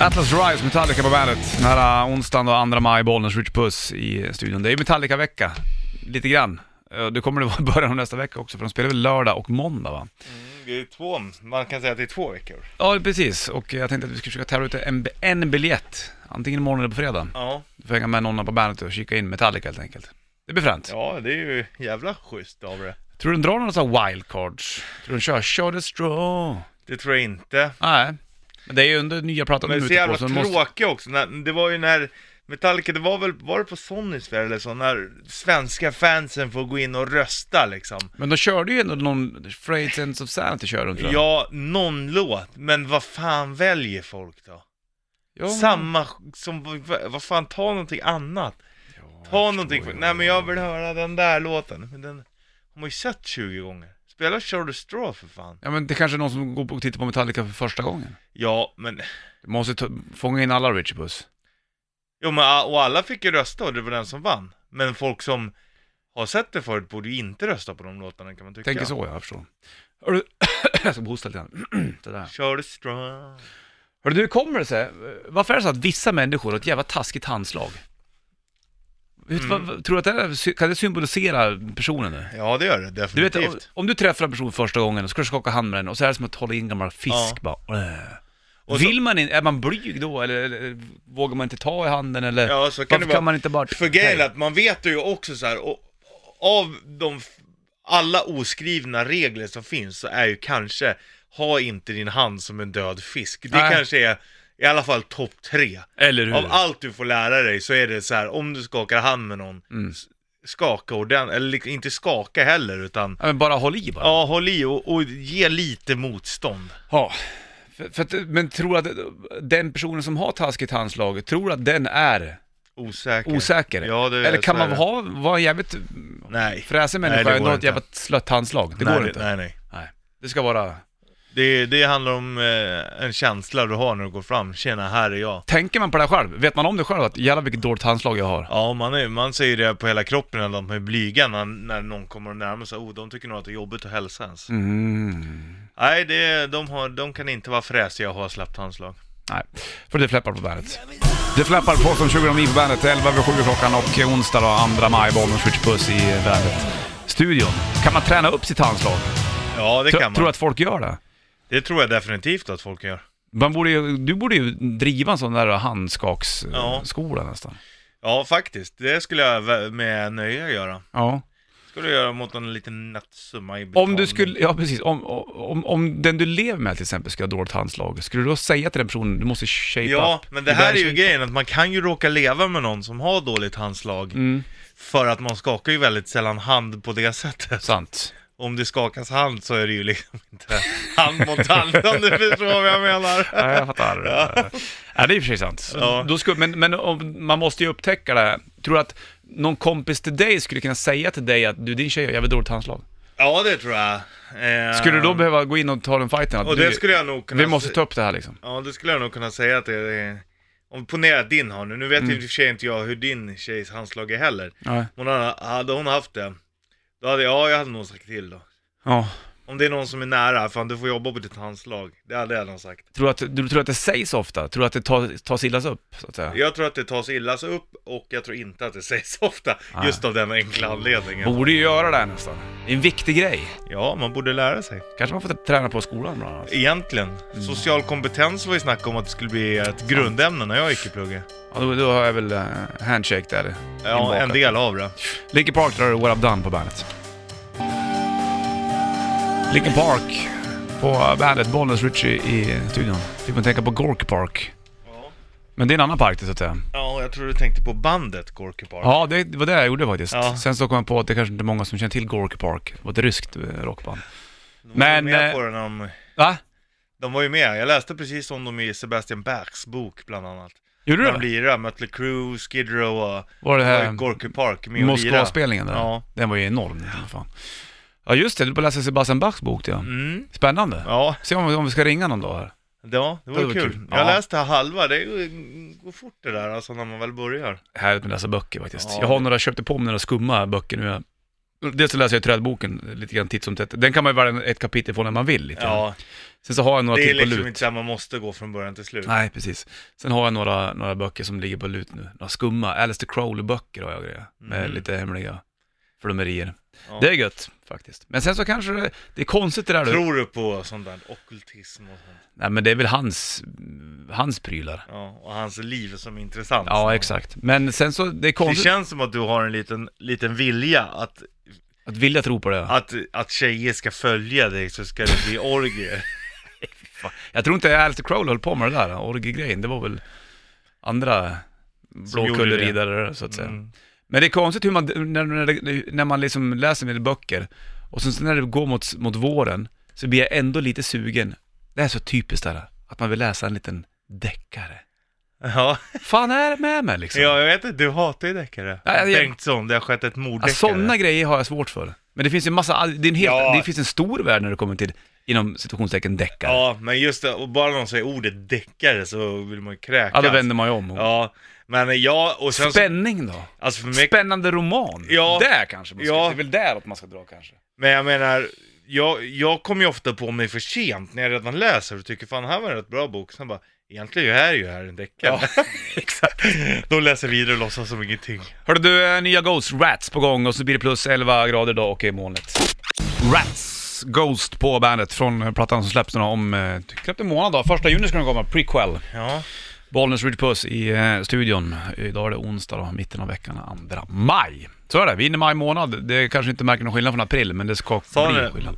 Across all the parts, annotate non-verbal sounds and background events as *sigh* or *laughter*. Atlas Rise, Metallica på bandet. Den här uh, onsdagen då, 2 maj, Bollnäs Rich Puss i studion. Det är ju Metallica-vecka, lite grann. Eh, Det kommer det *laughs* vara i början av nästa vecka också, för de spelar väl lördag och måndag va? Det är två, man kan säga att det är två veckor. Ja, precis. Och jag tänkte att vi skulle försöka tävla ut en, en biljett. Antingen imorgon eller på fredag. Ja. Du får hänga med någon på bandet och kika in Metallica helt enkelt. Det blir fränt. Ja, det är ju jävla schysst av det. Tror du den drar några sådana här wildcards? Tror du den kör Shortest straw? Det tror jag inte. Nej. Men det är ju under nya plattan Men de det är är så ute på, jävla så tråkigt den måste... också. När, det var ju när Metallica, det var väl, var det på Sonys fair eller så, när svenska fansen får gå in och rösta liksom. Men de körde ju ändå någon Freight Sense of Sanity körde de tror jag. Ja, någon låt, men vad fan väljer folk då? Ja, men- Samma som, vad fan, ta någonting annat. Ta någonting, förstår ju. nej men jag vill höra den där låten. Men den har man ju sett 20 gånger. Spela Short of Straw för fan. Ja men det kanske är någon som går på och tittar på Metallica för första gången. Ja, men Du måste ta, fånga in alla Richie Puss. Jo men a- och alla fick ju rösta och det var den som vann. Men folk som har sett det förut borde ju inte rösta på de låtarna kan man tycka. Tänker så ja, jag förstår. Hörru, *clears throat* jag ska hosta lite grann. *clears throat* Sådär. Kör det strong. Hörru du, kommer det sig? eh, Varför är det så att vissa människor har ett jävla taskigt handslag? Vet du vad- Mm. vad- Tror du att det här, sy- kan det symbolisera personen nu? Ja det gör det Du vet, om, definitivt. om du träffar en person första gången, så ska du skaka hand med den och så är det som att hålla in gammal fisk bara. äh. Och så- Vill man inte, är man blyg då eller, eller vågar man inte ta i handen eller? Ja, så kan varför det vara. kan man inte bara... För grejen är Hej. att man vet ju också så här, och, av de f- alla oskrivna regler som finns så är ju kanske, ha inte din hand som en död fisk. Det Nej. kanske är i alla fall topp tre. Eller hur? Av allt du får lära dig så är det så här, om du skakar hand med någon, Mm. s- skaka ordentligt, eller liksom inte skaka heller utan Ja, men bara håll i bara. Ja, håll i och, och ge lite motstånd. Ja. För, för att, men tror att den personen som har taskigt handslag, tror att den är Osäker. osäker? Ja, det, Eller kan så är man det. ha, vara en jävligt Nej. fräsig Nej, människa och det går ändå ha ett inte. jävla slött handslag? Det nej, går inte. Nej. Nej, nej. Det ska vara... Det, det handlar om eh, en känsla du har när du går fram. Tjena, här är jag. Tänker man på det själv? Vet man om det själv att jävlar vilket dåligt handslag jag har? Ja, man, är, man säger det på hela kroppen eller de är blyga när, när någon kommer närmare sig. Oh, de tycker nog att det är jobbigt att hälsa ens. Mm. Nej, det, de, har, de kan inte vara fräsiga och ha slappt handslag. Nej, för det fläppar på bandet. Det fläppar på som 2009 på bandet, 11 över 7 klockan och onsdag då, 2 maj, Bollnäs Switch Puss i bandet. Studion. Kan man träna upp sitt handslag? Ja, det Tro- kan man. Tror du att folk gör det? Det tror jag definitivt att folk gör. Man borde ju, du borde ju driva en sån där handskaksskola Ja. skola nästan. Ja, faktiskt. Det skulle jag vä- med nöje göra. Ja. Skulle jag göra mot en liten nattsumma i Om du betalning. skulle, ja precis, om, om, om den du lever med till exempel skulle ha dåligt handslag, skulle du då säga till den personen, du måste shape Ja, up? men Du det här är behöver ju shape- grejen att man kan ju råka leva med någon som har dåligt handslag Mm, För att man skakar ju väldigt sällan hand på det sättet sant. Om det skakas hand så är det ju liksom inte hand mot hand om du förstår vad jag menar *laughs* Ja, jag fattar. *laughs* ja. det är i och för sig sant. Så Ja. Då skulle, men men om, man måste ju upptäcka det. Tror du att någon kompis till dig skulle kunna säga till dig att du, din tjej har jävligt dåligt handslag? Ja det tror jag eh, Skulle du då behöva gå in och ta den fighten? Att Och du, det skulle jag nog kunna vi måste se- ta upp det här liksom. Ja det skulle jag nog kunna säga att det är Om ponera att din har nu, nu vet Mm. ju i och för sig inte jag hur din tjejs handslag är heller Ja. Hon hade, hade hon haft det Då hade jag, ja, jag hade nog sagt till då ja. Om det är någon som är nära, fan du får jobba på ditt handslag Det hade jag nog sagt Tror du, att, du tror att det sägs ofta? Tror du att det tas, tas illas upp, så att säga? Jag tror att det tas illa så upp och jag tror inte att det sägs *laughs* ofta Nej. just av den enkla anledningen. Borde ju göra det här nästan. Det är en viktig grej. Ja, man borde lära sig. Kanske man får träna på skolan bland annat. Egentligen. Mm. Social kompetens var ju snack om att det skulle bli ett grundämne när jag gick i plugget. Ja, då, då har jag väl eh, handshake där. Ja, en inbakat. del av det. Linkin Park drar What I've Done på bandet. Linkin Park på bandet, Bollnäs Ritchie i studion. Fick man tänka på Gorky Park. Ja. Men det är en annan park det så att säga. Ja, jag tror du tänkte på bandet Gorky Park. Ja, det var det jag gjorde faktiskt. Ja. Sen så kom jag på att det kanske inte är många som känner till Gorky Park. Det var ett ryskt eh, rockband. de var men, ju med eh, på den om, Va? De var ju med. Jag läste precis om dem i Sebastian Bachs bok bland annat. Gjorde du De det? lirade Mötley Crüe, Skid Row och Var det äh, här Gorky Park med och lirade. Moskva-spelningen där? Ja. Den var ju enorm. den, Fan. Ja just det, du får läsa Sebastian Bachs bok det, ja. Mm. Spännande. Ja, Se om, om vi ska ringa någon dag här. Ja, det Det var vore kul. kul. Jag Ja. läste halva, det går- går fort det där alltså när man väl börjar. Härligt med att läsa böcker faktiskt. Ja. Jag har några, köpte på mig några skumma böcker nu. Jag Dels så läser jag trädboken lite grann titt som tätt. Den kan man ju välja ett kapitel från när man vill lite grann. Ja, Sen så har jag några det är till typ på liksom lut. inte så här man måste gå från början till slut. Nej, precis. Sen har jag några, några böcker som ligger på lut nu. Några skumma Alistair Crowley-böcker har jag och grejer. Med Mm. lite hemliga flummerier. Ja. Det är gött faktiskt. Men sen så kanske det, det är konstigt det där du. Tror du på sånt där ockultism och sånt? Nej men det är väl hans, hans prylar. Ja, och hans liv som är intressant. Ja exakt. Men sen så, det är Det konstigt känns som att du har en liten, liten vilja att, att vilja tro på det. att, att tjejer ska följa dig så ska det bli orgier. Jag tror inte Alistair Crowley höll på med det där, orgiegrejen. Det var väl andra blåkulleridare så att säga. Mm. Men det är konstigt hur man, när, när, det- när man liksom läser mina böcker och sen så när det går mot, mot våren så blir jag ändå lite sugen. Det är så typiskt det här, att man vill läsa en liten deckare. *laughs* Ja, fan är det med mig liksom? ja, jag vet inte, du hatar ju deckare. Ja, jag- Bengtsson, det har skett ett morddeckare. Ja, sådana grejer har jag svårt för. Men det finns ju en massa, det, är en helt, Ja. det finns en stor värld när det kommer till, inom situationstecken deckare. Ja, Ja, men just det, och bara någon säger ordet deckare så vill man ju kräkas. då vänder man ju om. Ja, men ja, och sen så, Spänning då? alltså för mig, Spännande roman? Ja. Där kanske man ska, Ja. det är väl däråt man ska dra kanske. men jag menar, jag, jag kommer ju ofta på mig för sent när jag redan läser och tycker fan, det här var en rätt bra bok. Sen bara, egentligen är ju här en deckare. *laughs* exakt. *laughs* De läser vidare och låtsas som ingenting. Hörde du, eh, nya Ghost Rats på gång och så blir det plus 11 grader idag och i molnet. Rats, Ghost på bandet från eh, plattan som släpps nu om eh, knappt en månad då. Första juni ska den komma, prequel. Ja. Bollnäs Ridge Puss i eh, studion. Idag är det onsdag då, mitten av veckan, 2 maj. Så är det, vi är inne i maj månad. Det kanske inte märker någon skillnad från april, men det ska Sa bli det. skillnad.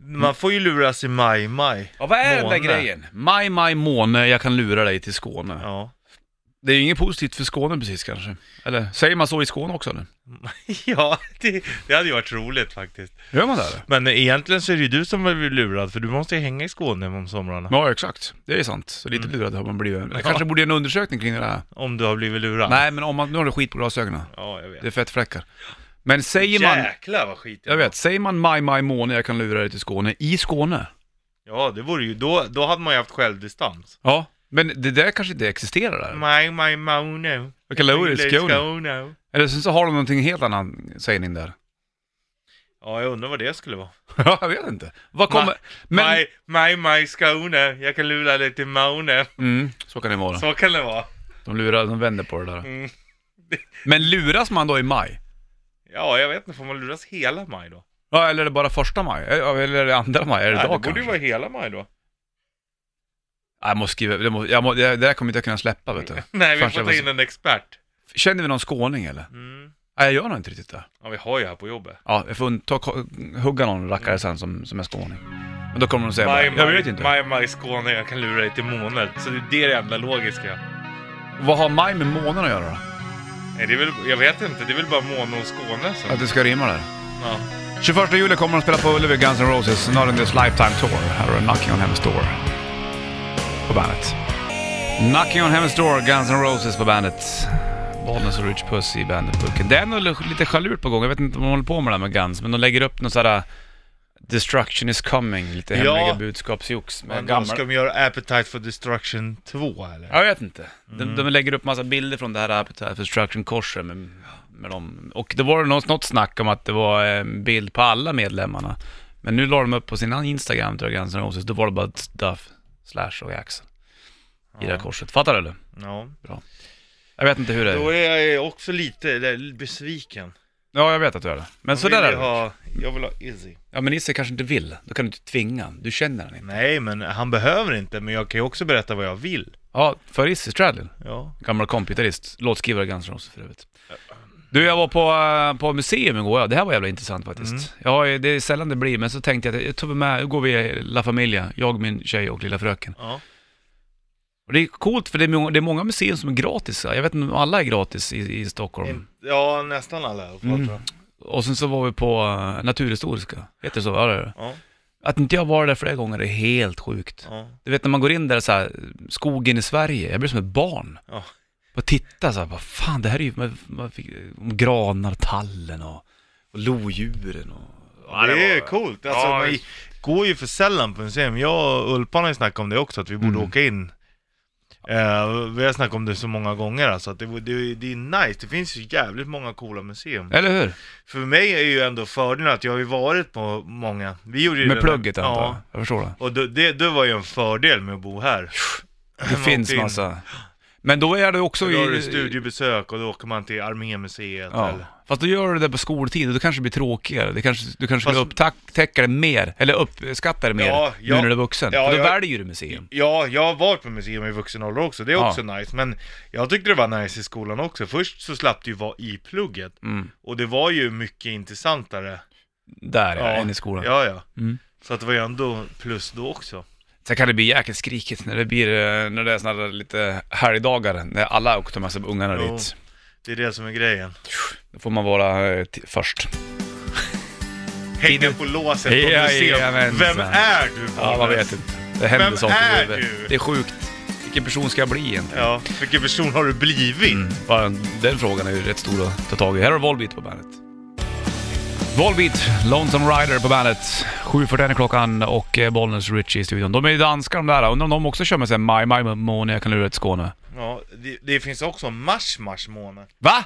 Man får ju luras i maj, maj. Mm. Ja, vad är den där Måne. grejen? Maj, maj, måne, jag kan lura dig till Skåne. Ja. *laughs* Det är ju inget positivt för Skåne precis kanske. Eller, säger man så i Skåne också eller? Ja, det, det hade ju varit roligt faktiskt. Gör man det eller? Men egentligen så är det ju du som blir lurad, för du måste ju hänga i Skåne om somrarna. Ja, exakt. Det är sant. Så lite Mm. lurad har man blivit. Det kanske borde göra en undersökning kring det där. Om du har blivit lurad. Nej, men om man, nu har du skit på glasögonen. Ja, jag vet. Det är fettfläckar. Men säger man, Jäklar vad skit jag vet, säger man maj, maj, måne, jag kan lura dig till Skåne, i Skåne? Ja, det vore ju, då, då hade man ju haft självdistans. Ja, men det där kanske inte existerar där. My, my, mono. Vilka lower is Mm. Skåne? Skåne. Eller sen så har de någonting helt annan sägning där. *laughs* Ja, jag undrar vad det skulle vara. Ja, jag vet inte. Vad kommer... Men... My, my, my Skåne. Jag kan lura dig till Mone. Mm, så kan det vara. Så kan det vara. De lurar, de vänder på det där. Mm. Men luras man då i maj? Ja, jag vet inte. Får man luras hela maj då? Ja, eller är det bara första maj? Eller är det andra maj? Är det Nej, idag det borde ju kanske? vara hela maj då. Nej, Jag måste skriva, det, må, jag må, det, det där kommer inte jag kunna släppa vet du. Nej, vi Först får jag ta var- in en expert. Känner vi någon skåning eller? Mm. Nej, jag gör nog inte riktigt det. Ja, vi har ju här på jobbet. Ja, jag får ta, hugga någon rackare sen som, som är skåning. Men då kommer de säga bara, Maj, jag maj, vet inte. maj, maj Skåne. Jag kan lura dig till månen. Så det är det enda logiska. Vad har maj med månen att göra då? Nej, det är väl, jag vet inte. Det är väl bara måne och Skåne som... Att det ska rimma där? Ja. 21 juli kommer de spela på Ullevi, Guns N' Roses, Not In This Lifetime Tour. Här är Knocking On Heaven's Door på bandet. Knocking On Heaven's Door, Guns N' Roses på bandet. Bollnäs och Rich Puss i bandetburken. Det är nog lite chalurt på gång, jag vet inte om de håller på med det här med Guns, men de lägger upp någon sån här Destruction is coming, lite Ja. hemliga budskapsjox med Men då gamla... ska de göra Appetite for Destruction 2 eller? Ja, jag vet inte. Mm. De, de lägger upp massa bilder från det här Appetite for Destruction korset med, med dem. Och det var något, något snack om att det var en bild på alla medlemmarna. Men nu la de upp på sin Instagram, tror jag, Guns N' Roses, då var det bara Duff, Slash och Jackson. I det här korset. Fattar du? eller? Ja. Jag vet inte hur det Då är. är jag också lite där, besviken. Ja, jag vet att du är det. Men Jag vill sådär är ju det. ha, Jag vill ha Izzy. Ja, men Nisse kanske inte vill. Då kan du inte tvinga honom. Du känner honom inte. Nej, men han behöver inte, men jag kan ju också berätta vad jag vill. Ja, för Isse Stradlin. Ja. Gammal kompitarist, låtskrivare i Guns N' Roses för övrigt. Du, jag var på, eh, på museum igår, ja. det här var jävla intressant faktiskt. Jag har ju- det är sällan det blir, men så tänkte jag att jag tar väl med, nu går vi i La Familia, jag, min tjej och lilla fröken. Ja. Och det är coolt för det är, många, det är många museer som är gratis, jag vet inte om alla är gratis i, i Stockholm. In, ja, nästan alla i alla fall, Mm. tror jag. Och sen så var vi på eh, Naturhistoriska, heter det så? Ja, det är det. Ja, Att inte jag var där flera gånger är helt sjukt. ja, Du vet när man går in där så här, skogen i Sverige, jag blir som ett barn. ja. Och titta så här, vad fan det här är ju, man, man fick, om granar, tallen och, och lodjuren och... Ja, det, är var- coolt. Alltså, Ja, man visst. går ju för sällan på museum. Jag och Ulpan har ju snackat om det också, att vi borde Mm. åka in. Eh, vi har snackat om det så många gånger alltså, att det, det, det är nice, det finns ju jävligt många coola museum. Eller hur? För mig är ju ändå fördelen att jag har ju varit på många. Vi gjorde ju Med det- plugget antar jag. Ja, Jag förstår det. och det, det, det var ju en fördel med att bo här. Det Man finns åkte in. massa. Men då är det också Då har du i... studiebesök och då åker man till Armémuseet Ja. eller... Fast då gör du det på skoltid och då kanske det blir tråkigare. Det kanske, du kanske skulle Fast- upptäcka det mer, eller uppskatta det mer, Ja, nu ja. när du är vuxen. Ja, För då jag- väljer du museum. Ja, jag har varit på museum i vuxen ålder också, det är Ja. också nice. Men jag tyckte det var nice i skolan också. Först så slapp det ju vara i plugget. Mm. Och det var ju mycket intressantare. Där ja, än i skolan. Ja, ja. Mm. Så att det var ju ändå plus då också. Sen kan det bli jäkligt skrikigt när det blir, eh, när det är sådana där lite helgdagar, när alla åker och tar med sig ungarna Jo. dit. Det är det som är grejen. Då får man vara eh, t- först. Hänga på låset på Ja, museum. jajamensan. Vem är du? Ja, man vet inte. Det händer Vem sånt i är huvudet. du? Det är sjukt. Vilken person ska jag bli egentligen? Ja, vilken person har du blivit? Bara den frågan är ju rätt stor att ta tag i. Här har Volbeat på bandet. Volbeat, Lonesome Rider på bandet. 7.41 är klockan och eh, Bollnäs Richie i studion. De är ju danskar de där. Undrar om de också kör med sig My My Moni, jag kan lura ett Skåne. Ja, det, det finns också mars mars månad. Va?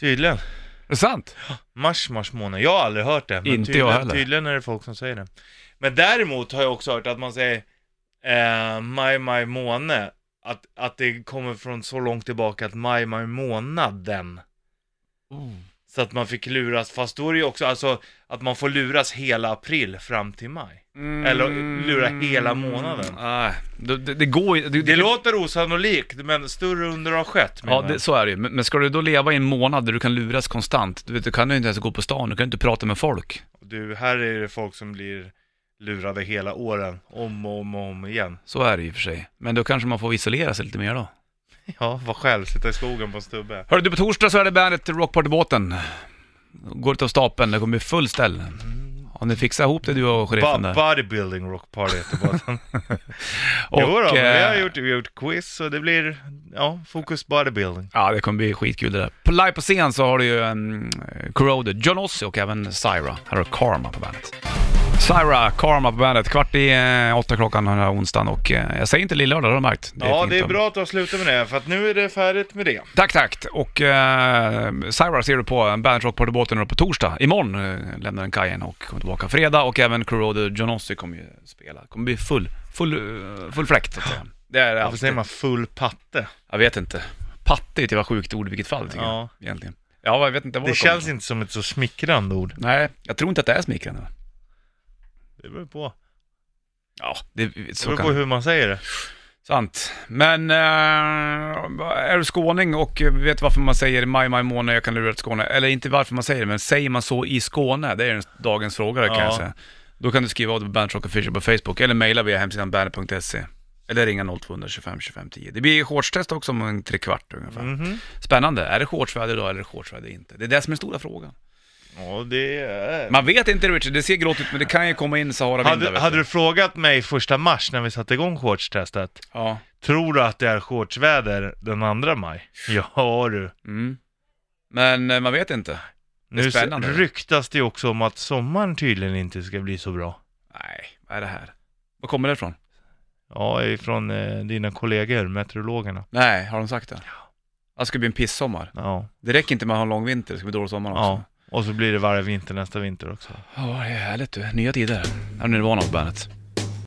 Tydligen. Är det sant? Mars mars månad. Jag har aldrig hört det. Men Inte jag tydligen, heller. Tydligen är det folk som säger det. Men däremot har jag också hört att man säger eh, maj maj måne. Att, att det kommer från så långt tillbaka att maj maj månaden. Oh. Så att man fick luras, fast då är det ju också alltså att man får luras hela april fram till maj. Eller lura hela månaden. Nej, det, det, det går ju... Det låter osannolikt, men större under har skett Ja, menar jag. det, så är det ju. Men, men ska du då leva i en månad där du kan luras konstant, du vet, du kan ju inte ens gå på stan, du kan ju inte prata med folk. Du, här är det folk som blir lurade hela åren, om och om och om igen. Så är det ju i och för sig. Men då kanske man får isolera sig lite mer då. Ja, var själv, sitta i skogen på en stubbe. Hörru du, på torsdag så är det bandet Rockpartybåten. Går ut av stapeln, det kommer bli full ställ. Har ni fixat ihop det du och sheriffen Bo- där? bodybuilding rock party heter *laughs* båten. Och, jo då, men vi har eh, gjort, vi har gjort quiz och det blir, ja, fokus bodybuilding. Ja, det kommer bli skitkul det där. På live på scen så har du ju um, Corroded, John Ossie och även Syra. Här har du Karma på bandet. Syra, Karma på bandet. Kvart i eh, åtta klockan den här onsdagen och eh, jag säger inte lillördag, det har du märkt. ja, fint det är om- bra att du har slutat med det, för att nu är det färdigt med det. Tack, tack. Och eh, Syra ser du på Bandit Rock Partybåten på torsdag. Imorgon eh, lämnar den kajen och kommer tillbaka fredag och även Corroded John Ossie kommer ju spela. Kommer bli full, full, eh, full fläkt så att säga. Det är Varför säger alltid. man full patte? Jag vet inte. Patte är ett jävla sjukt ord i vilket fall tycker Ja. jag egentligen. Ja, jag vet inte var det, Det kommer känns ifrån. inte som ett så smickrande ord. Nej, jag tror inte att det är smickrande. Det beror på. Ja, det Det så beror kan på hur man säger det. Sant. Men eh, är du skåning och vet varför man säger maj, maj månad, jag kan lura ett Skåne. Eller inte varför man säger det, men säger man så i Skåne? Det är en dagens fråga kan Ja. jag säga. Då kan du skriva av det på Bandit Rock Official på Facebook eller mejla via hemsidan bandet.se. Eller ringa 0225 25 10. Det blir shortstest också om en trekvart ungefär. Mhm. Spännande. Är det shortsväder idag eller är det shortsväder inte? Det är det som är den stora frågan. Ja, det är... Man vet inte Richard, det ser grått ut men det kan ju komma in Sahara-vindar. Hade, vet hade du frågat mig första mars när vi satte igång shortstestet, Ja. tror du att det är shortsväder den 2 maj? Ja du. Mm. Men eh, man vet inte. Det är Nu spännande. ryktas det ju också om att sommaren tydligen inte ska bli så bra. Nej, vad är det här? Var kommer det ifrån? Ja, ifrån eh, dina kollegor, meteorologerna. Nej, har de sagt det? Ja. Det ska bli en pisssommar. Ja. Det räcker inte med att ha en lång vinter, det ska bli dålig sommar också. ja. Och så blir det varje vinter nästa vinter också. Ja, det är härligt du. Nya tider. Här är Nirvana på bandet.